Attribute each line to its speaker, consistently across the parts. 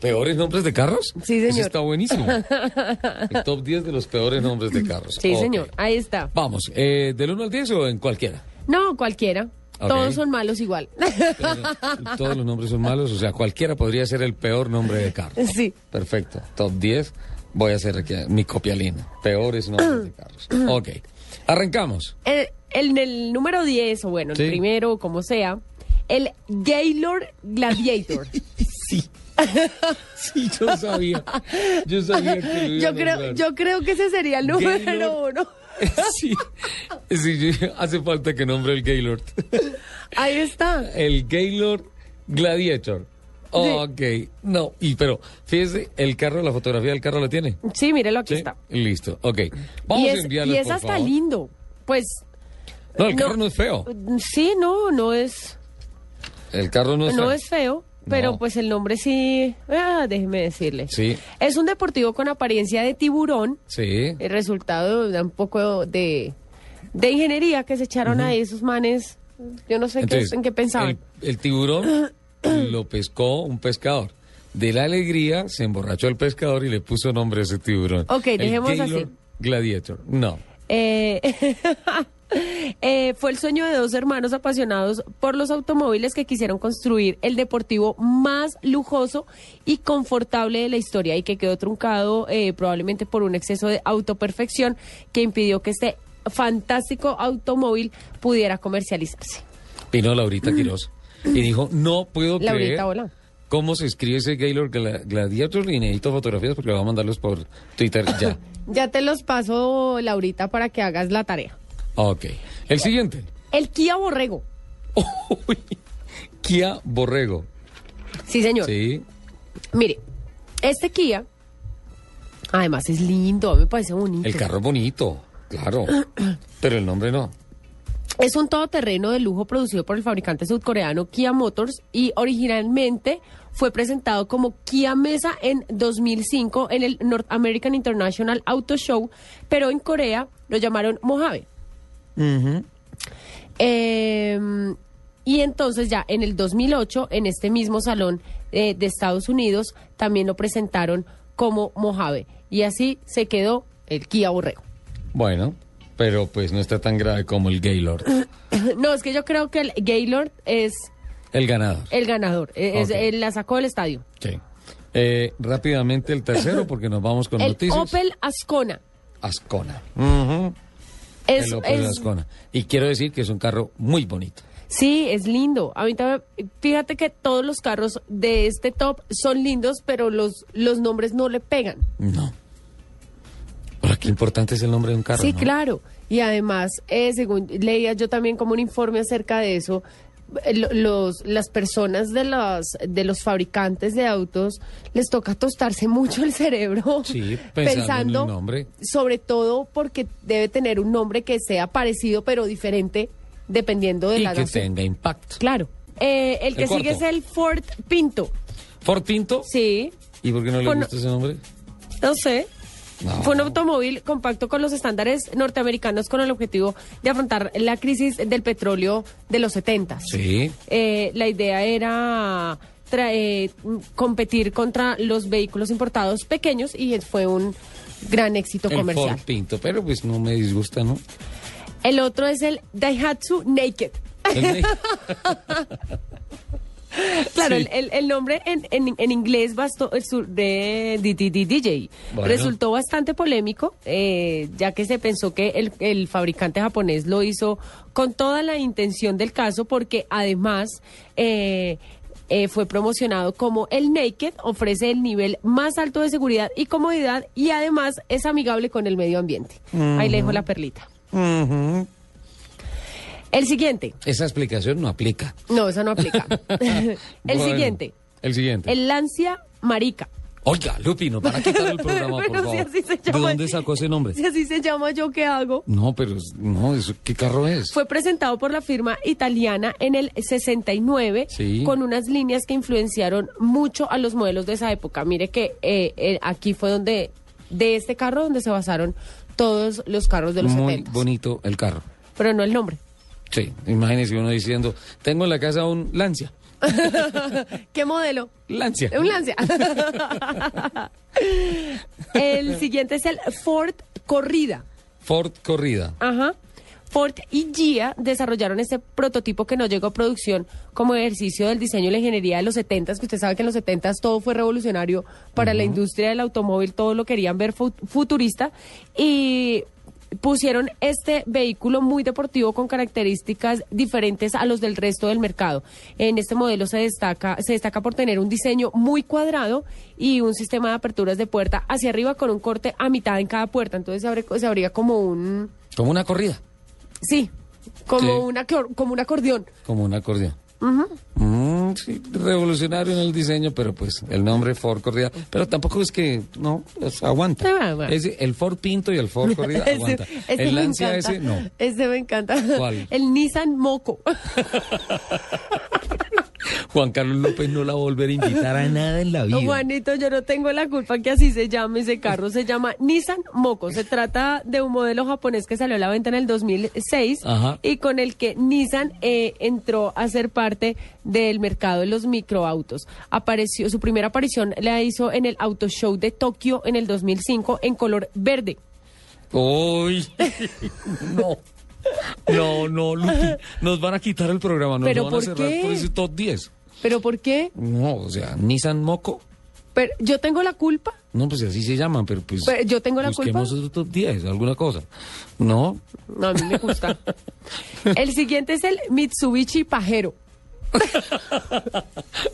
Speaker 1: ¿Peores nombres de carros?
Speaker 2: Sí,
Speaker 1: Ese
Speaker 2: señor.
Speaker 1: está buenísimo. El top 10 de los peores nombres de carros.
Speaker 2: Sí,
Speaker 1: Ok.
Speaker 2: señor. Ahí está.
Speaker 1: Vamos, eh, ¿del 1 al 10 o en cualquiera?
Speaker 2: No, cualquiera.
Speaker 1: Ok.
Speaker 2: Todos son malos igual.
Speaker 1: Todos los nombres son malos, o sea, cualquiera podría ser el peor nombre de carro.
Speaker 2: Sí.
Speaker 1: Perfecto, top 10. Voy a hacer aquí mi copialina. Peores nombres de carros. Ok, arrancamos.
Speaker 2: Eh, En el número 10, o bueno, el
Speaker 1: Sí.
Speaker 2: primero, como sea, el Gaylord Gladiator.
Speaker 1: Sí. Sí, yo sabía. Yo sabía que lo iba
Speaker 2: yo,
Speaker 1: a
Speaker 2: creo,
Speaker 1: nombrar.
Speaker 2: yo creo que ese sería el número
Speaker 1: Gaylord.
Speaker 2: uno.
Speaker 1: Sí, sí, yo- hace falta que nombre el Gaylord.
Speaker 2: Ahí está.
Speaker 1: El Gaylord Gladiator. Ok, no, y pero fíjese, el carro, la fotografía del carro la tiene.
Speaker 2: Sí, mírelo, aquí
Speaker 1: Sí,
Speaker 2: está.
Speaker 1: listo, ok. Vamos
Speaker 2: y
Speaker 1: a
Speaker 2: es,
Speaker 1: enviarlo.
Speaker 2: y es hasta lindo. Pues
Speaker 1: No, el
Speaker 2: no.
Speaker 1: carro no es feo.
Speaker 2: sí, no, no es,
Speaker 1: El carro no es
Speaker 2: no
Speaker 1: feo.
Speaker 2: es feo, pero
Speaker 1: No.
Speaker 2: pues el nombre sí, ah, déjeme decirle.
Speaker 1: Sí.
Speaker 2: Es un deportivo con apariencia de tiburón,
Speaker 1: Sí.
Speaker 2: el resultado de un poco de, de ingeniería que se echaron a esos manes. Yo no sé qué-
Speaker 1: Entonces,
Speaker 2: en qué pensaban.
Speaker 1: El, el tiburón lo pescó un pescador. De la alegría se emborrachó el pescador y le puso nombre a ese tiburón.
Speaker 2: Ok,
Speaker 1: El
Speaker 2: dejemos así.
Speaker 1: Gaylord Gladiator. No.
Speaker 2: Eh, eh, fue el sueño de dos hermanos apasionados por los automóviles que quisieron construir el deportivo más lujoso y confortable de la historia y que quedó truncado eh, probablemente por un exceso de autoperfección que impidió que este fantástico automóvil pudiera comercializarse.
Speaker 1: Vino Laurita Quiroz y dijo, no puedo
Speaker 2: Mm. Laurita,
Speaker 1: creer
Speaker 2: hola.
Speaker 1: cómo se escribe ese Gaylord Gla- Gladiator y necesito fotografías porque voy a mandarlos por Twitter ya.
Speaker 2: Ya te los paso, Laurita, para que hagas la tarea.
Speaker 1: ok. El siguiente.
Speaker 2: El Kia Borrego.
Speaker 1: Uy, Kia Borrego.
Speaker 2: Sí, señor.
Speaker 1: Sí.
Speaker 2: Mire, este Kia, además es lindo, me parece bonito.
Speaker 1: El carro es bonito, claro. Pero el nombre no.
Speaker 2: Es un todoterreno de lujo producido por el fabricante sudcoreano Kia Motors y originalmente fue presentado como Kia Mesa en 2005 en el North American International Auto Show, pero en Corea lo llamaron Mojave. Eh, y entonces ya en el 2008, en este mismo salón eh, de Estados Unidos, también lo presentaron como Mojave. Y así se quedó el Kia Borrego.
Speaker 1: Bueno, pero pues no está tan grave como el Gaylord.
Speaker 2: no, es que yo creo que el Gaylord es...
Speaker 1: El ganador.
Speaker 2: El ganador. Eh, es-
Speaker 1: Ok.
Speaker 2: él la sacó del estadio.
Speaker 1: Sí. Eh, rápidamente el tercero porque nos vamos con
Speaker 2: el
Speaker 1: noticias.
Speaker 2: Opel Ascona.
Speaker 1: Ascona.
Speaker 2: Es,
Speaker 1: el Opel
Speaker 2: es-
Speaker 1: Ascona. Y quiero decir que es un carro muy bonito.
Speaker 2: Sí, es lindo. A mí también, fíjate que todos los carros de este top son lindos, pero los, los nombres no le pegan.
Speaker 1: No. Ahora, qué importante es el nombre de un carro.
Speaker 2: sí,
Speaker 1: ¿no?
Speaker 2: claro. Y además, eh, según leía yo también como un informe acerca de eso, eh, lo- los, las personas de, las, de los fabricantes de autos les toca tostarse mucho el cerebro
Speaker 1: Sí, pensando en el nombre.
Speaker 2: sobre todo porque debe tener un nombre que sea parecido pero diferente dependiendo de
Speaker 1: Y
Speaker 2: la
Speaker 1: que
Speaker 2: nación.
Speaker 1: tenga impacto.
Speaker 2: Claro. Eh, el
Speaker 1: El
Speaker 2: que sigue es
Speaker 1: cuarto.
Speaker 2: el Ford Pinto.
Speaker 1: Ford Pinto.
Speaker 2: Sí,
Speaker 1: ¿Y por qué no le
Speaker 2: Con-
Speaker 1: gusta ese nombre?
Speaker 2: no sé.
Speaker 1: No.
Speaker 2: Fue un automóvil compacto con los estándares norteamericanos con el objetivo de afrontar la crisis del petróleo de los 70.
Speaker 1: Sí.
Speaker 2: Eh, la idea era tra- eh, m- competir contra los vehículos importados pequeños y fue un gran éxito
Speaker 1: El
Speaker 2: comercial.
Speaker 1: Ford Pinto, pero pues no me disgusta, ¿no?
Speaker 2: El otro es el Daihatsu Naked.
Speaker 1: El-
Speaker 2: Claro,
Speaker 1: Sí.
Speaker 2: el, el- el nombre en, en- en inglés bastó, el sur de D- D- D- DJ
Speaker 1: Bueno.
Speaker 2: resultó bastante polémico, eh, ya que se pensó que el, el fabricante japonés lo hizo con toda la intención del caso, porque además eh, eh, fue promocionado como el Naked, ofrece el nivel más alto de seguridad y comodidad y además es amigable con el medio ambiente. Ahí le dejo la perlita.
Speaker 1: Ujú.
Speaker 2: El siguiente.
Speaker 1: Esa explicación no aplica.
Speaker 2: No, esa no aplica. el
Speaker 1: Bueno,
Speaker 2: siguiente.
Speaker 1: El siguiente.
Speaker 2: El Lancia Marica.
Speaker 1: Oiga, Lupino, para quitar el programa, por
Speaker 2: Pero
Speaker 1: favor.
Speaker 2: si así se
Speaker 1: ¿De
Speaker 2: llama-
Speaker 1: dónde sacó ese nombre?
Speaker 2: Si así se llama, ¿yo qué hago?
Speaker 1: No, pero es- no, eso- ¿qué carro es?
Speaker 2: Fue presentado por la firma italiana en el 69
Speaker 1: Sí.
Speaker 2: con unas líneas que influenciaron mucho a los modelos de esa época. Mire que eh, eh, aquí fue donde, de este carro, donde se basaron todos los carros de los
Speaker 1: Muy
Speaker 2: 70.
Speaker 1: bonito el carro.
Speaker 2: Pero no el nombre.
Speaker 1: Sí, imagínese uno diciendo, tengo en la casa un Lancia.
Speaker 2: ¿Qué modelo?
Speaker 1: Lancia.
Speaker 2: Un Lancia. el siguiente es el Ford Corrida.
Speaker 1: Ford Corrida.
Speaker 2: Ajá. Ford y Gia desarrollaron este prototipo que no llegó a producción como ejercicio del diseño y la ingeniería de los 70 que usted sabe que en los 70s todo fue revolucionario para la industria del automóvil, todo lo querían ver fu- futurista y pusieron este vehículo muy deportivo con características diferentes a los del resto del mercado. En este modelo se destaca se destaca por tener un diseño muy cuadrado y un sistema de aperturas de puerta hacia arriba con un corte a mitad en cada puerta, entonces se, abre, se abría como un
Speaker 1: Como una corrida.
Speaker 2: Sí, como,
Speaker 1: Sí.
Speaker 2: Una, acor- como un acordeón.
Speaker 1: Como un acordeón. Mm, sí, revolucionario en el diseño, pero pues el nombre Ford Corrida. Pero tampoco es que, no, es- aguanta.
Speaker 2: Ah, bueno, bueno.
Speaker 1: Es el Ford Pinto y el Ford Corrida
Speaker 2: Ese-
Speaker 1: aguanta.
Speaker 2: ese
Speaker 1: el
Speaker 2: me
Speaker 1: Lancia
Speaker 2: encanta.
Speaker 1: ese, no.
Speaker 2: Ese me encanta.
Speaker 1: ¿Cuál?
Speaker 2: El Nissan Moco.
Speaker 1: Juan Carlos López no la va a volver a invitar a nada en la vida.
Speaker 2: Juanito, yo no tengo la culpa que así se llame ese carro. Se llama Nissan Moco. Se trata de un modelo japonés que salió a la venta en el 2006
Speaker 1: Ajá.
Speaker 2: y con el que Nissan eh, entró a ser parte del mercado de los microautos. Apareció, su primera aparición la hizo en el Auto Show de Tokio en el 2005 en color verde.
Speaker 1: Uy, no. No, no, Lupi, nos van a quitar el programa, nos lo
Speaker 2: ¿Pero
Speaker 1: van
Speaker 2: por
Speaker 1: a cerrar
Speaker 2: qué?
Speaker 1: por ese top 10.
Speaker 2: ¿Pero por qué?
Speaker 1: No, o sea, Nissan Moco,
Speaker 2: Pero, ¿Yo tengo la culpa?
Speaker 1: no, pues así se llaman, pero pues...
Speaker 2: Pero, ¿yo tengo la
Speaker 1: busquemos
Speaker 2: culpa?
Speaker 1: otro top 10, alguna cosa. No,
Speaker 2: No, a mí me gusta. El siguiente es el Mitsubishi Pajero.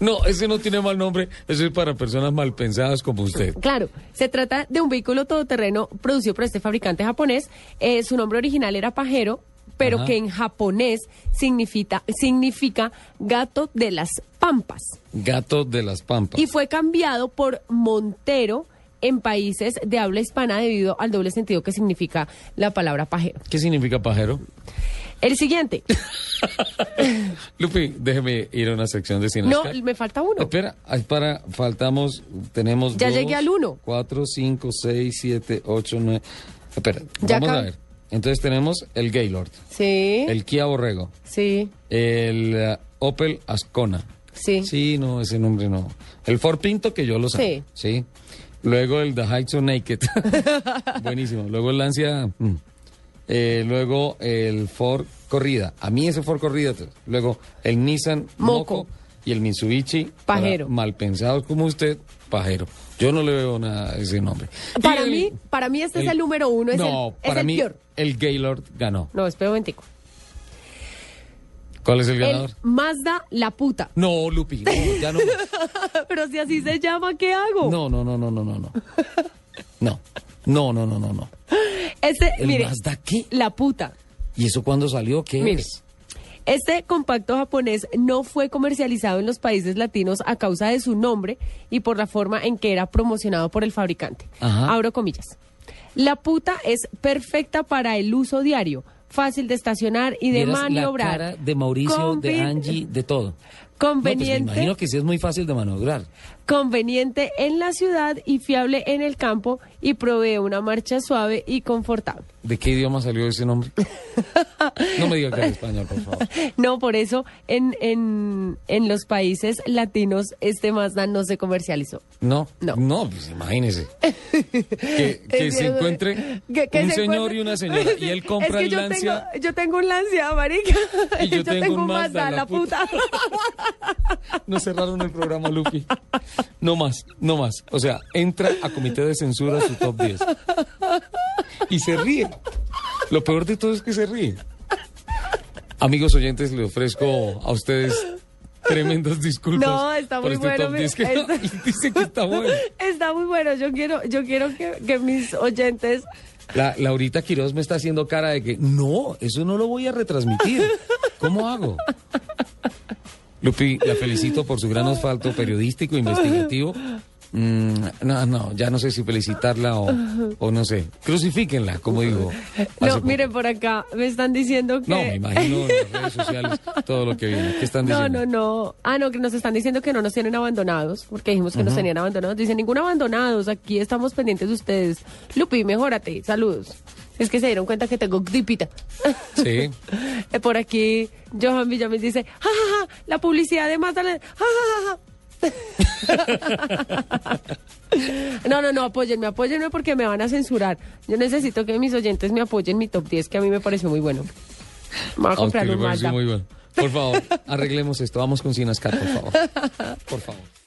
Speaker 1: no, ese no tiene mal nombre, ese es para personas mal pensadas como usted.
Speaker 2: Claro, se trata de un vehículo todoterreno producido por este fabricante japonés. Eh, su nombre original era Pajero, pero
Speaker 1: Ajá.
Speaker 2: que en japonés significa, significa gato de las pampas.
Speaker 1: Gato de las Pampas.
Speaker 2: Y fue cambiado por Montero en países de habla hispana debido al doble sentido que significa la palabra pajero.
Speaker 1: ¿Qué significa pajero?
Speaker 2: El siguiente.
Speaker 1: Lupi, déjeme ir a una sección de cine.
Speaker 2: No,
Speaker 1: Oscar.
Speaker 2: me falta uno.
Speaker 1: Espera, ahí para, faltamos, tenemos
Speaker 2: Ya
Speaker 1: dos,
Speaker 2: llegué al uno.
Speaker 1: Cuatro, cinco, seis, siete, ocho, nueve. Espera,
Speaker 2: Ya ¿Eh?
Speaker 1: vamos a
Speaker 2: acab-
Speaker 1: ver. Entonces tenemos el Gaylord,
Speaker 2: Sí.
Speaker 1: el Kia Borrego,
Speaker 2: Sí.
Speaker 1: el eh, Opel Ascona.
Speaker 2: Sí.
Speaker 1: Sí, no, ese nombre no. El Ford Pinto, que yo lo sé. Sí. Luego el The Heights of Naked. Buenísimo. Luego el Lancia. mm. Eh, luego el Ford Corrida. A mí ese Ford Corrida. t- Luego el Nissan Moco.
Speaker 2: Moco.
Speaker 1: y el Mitsubishi. para
Speaker 2: Pajero.
Speaker 1: Malpensados como usted, pajero. Yo no le veo nada a ese nombre. Y
Speaker 2: Para
Speaker 1: el-
Speaker 2: mí, para mí este es el número uno, es
Speaker 1: no,
Speaker 2: el, es
Speaker 1: para
Speaker 2: el
Speaker 1: mí
Speaker 2: peor.
Speaker 1: el Gaylord ganó.
Speaker 2: No, espera un momentico.
Speaker 1: ¿Cuál es el ganador?
Speaker 2: El Mazda la puta.
Speaker 1: No, Lupi, no, ya no.
Speaker 2: Pero si así se llama, ¿qué hago?
Speaker 1: No, no, no, no, no, no, no. No, no, no, no, no, no.
Speaker 2: Este,
Speaker 1: ¿El
Speaker 2: mire,
Speaker 1: Mazda qué?
Speaker 2: la puta.
Speaker 1: ¿Y eso cuándo salió? ¿Qué
Speaker 2: Mire,
Speaker 1: es?
Speaker 2: Este compacto japonés no fue comercializado en los países latinos a causa de su nombre y por la forma en que era promocionado por el fabricante.
Speaker 1: Ajá.
Speaker 2: Abro comillas. La puta es perfecta para el uso diario, fácil de estacionar y de
Speaker 1: Vieras
Speaker 2: maniobrar.
Speaker 1: La cara de Mauricio, de
Speaker 2: Conven-
Speaker 1: Angie, de todo. No, pues me
Speaker 2: Conveniente.
Speaker 1: imagino que sí es muy fácil de maniobrar.
Speaker 2: conveniente en la ciudad y fiable en el campo y provee una marcha suave y confortable.
Speaker 1: ¿De qué idioma salió ese nombre? No me diga que era español, por favor.
Speaker 2: No, por eso en, en, en los países latinos este Mazda no se comercializó.
Speaker 1: No,
Speaker 2: No.
Speaker 1: pues imagínese. Que, que se encuentre
Speaker 2: Que- que
Speaker 1: un
Speaker 2: se
Speaker 1: señor
Speaker 2: encuentre-
Speaker 1: y una señora y él compra
Speaker 2: Es que
Speaker 1: el
Speaker 2: yo
Speaker 1: Lancia.
Speaker 2: Tengo, yo tengo un Lancia, marica.
Speaker 1: Y yo tengo un
Speaker 2: Mazda, la puta.
Speaker 1: Nos cerraron el programa, Lupi. No más, no más. O sea, entra a comité de censura su top 10. Y se ríe. Lo peor de todo es que se ríe. Amigos oyentes, le ofrezco a ustedes tremendas disculpas
Speaker 2: No, está
Speaker 1: por este
Speaker 2: muy bueno,
Speaker 1: top
Speaker 2: mi-
Speaker 1: 10 que
Speaker 2: está-
Speaker 1: dice que está bueno.
Speaker 2: Está muy bueno. Yo quiero, yo quiero que, que mis oyentes
Speaker 1: La, Laurita Quiroz me está haciendo cara de que no, eso no lo voy a retransmitir. ¿Cómo hago? Lupi, la felicito por su gran asfalto periodístico, investigativo. Mm, no, no, ya no sé si felicitarla o, o no sé. Crucifíquenla, como digo.
Speaker 2: No, miren, por acá me están diciendo que...
Speaker 1: No, me imagino en las redes sociales todo lo que viene. ¿Qué están
Speaker 2: No,
Speaker 1: diciendo?
Speaker 2: no, no. Ah, no, que nos están diciendo que no nos tienen abandonados, porque dijimos que nos tenían abandonados. Dicen, ningún abandonados, aquí estamos pendientes de ustedes. Lupi, mejórate, saludos. Es que se dieron cuenta que tengo gripita.
Speaker 1: Sí. Ah,
Speaker 2: Eh, Por aquí, Johan Villamil dice, ja, ja, ja, la publicidad de Mazda, le- ja, ja, ja, ja". No, no, no, apóyenme, apóyenme porque me van a censurar. Yo necesito que mis oyentes me apoyen mi top 10, que a mí me pareció muy bueno. Me voy a
Speaker 1: Aunque
Speaker 2: comprar
Speaker 1: me
Speaker 2: un
Speaker 1: pareció
Speaker 2: Mazda.
Speaker 1: muy bueno. Por favor, arreglemos esto. Vamos con Sinascar, por favor. Por favor.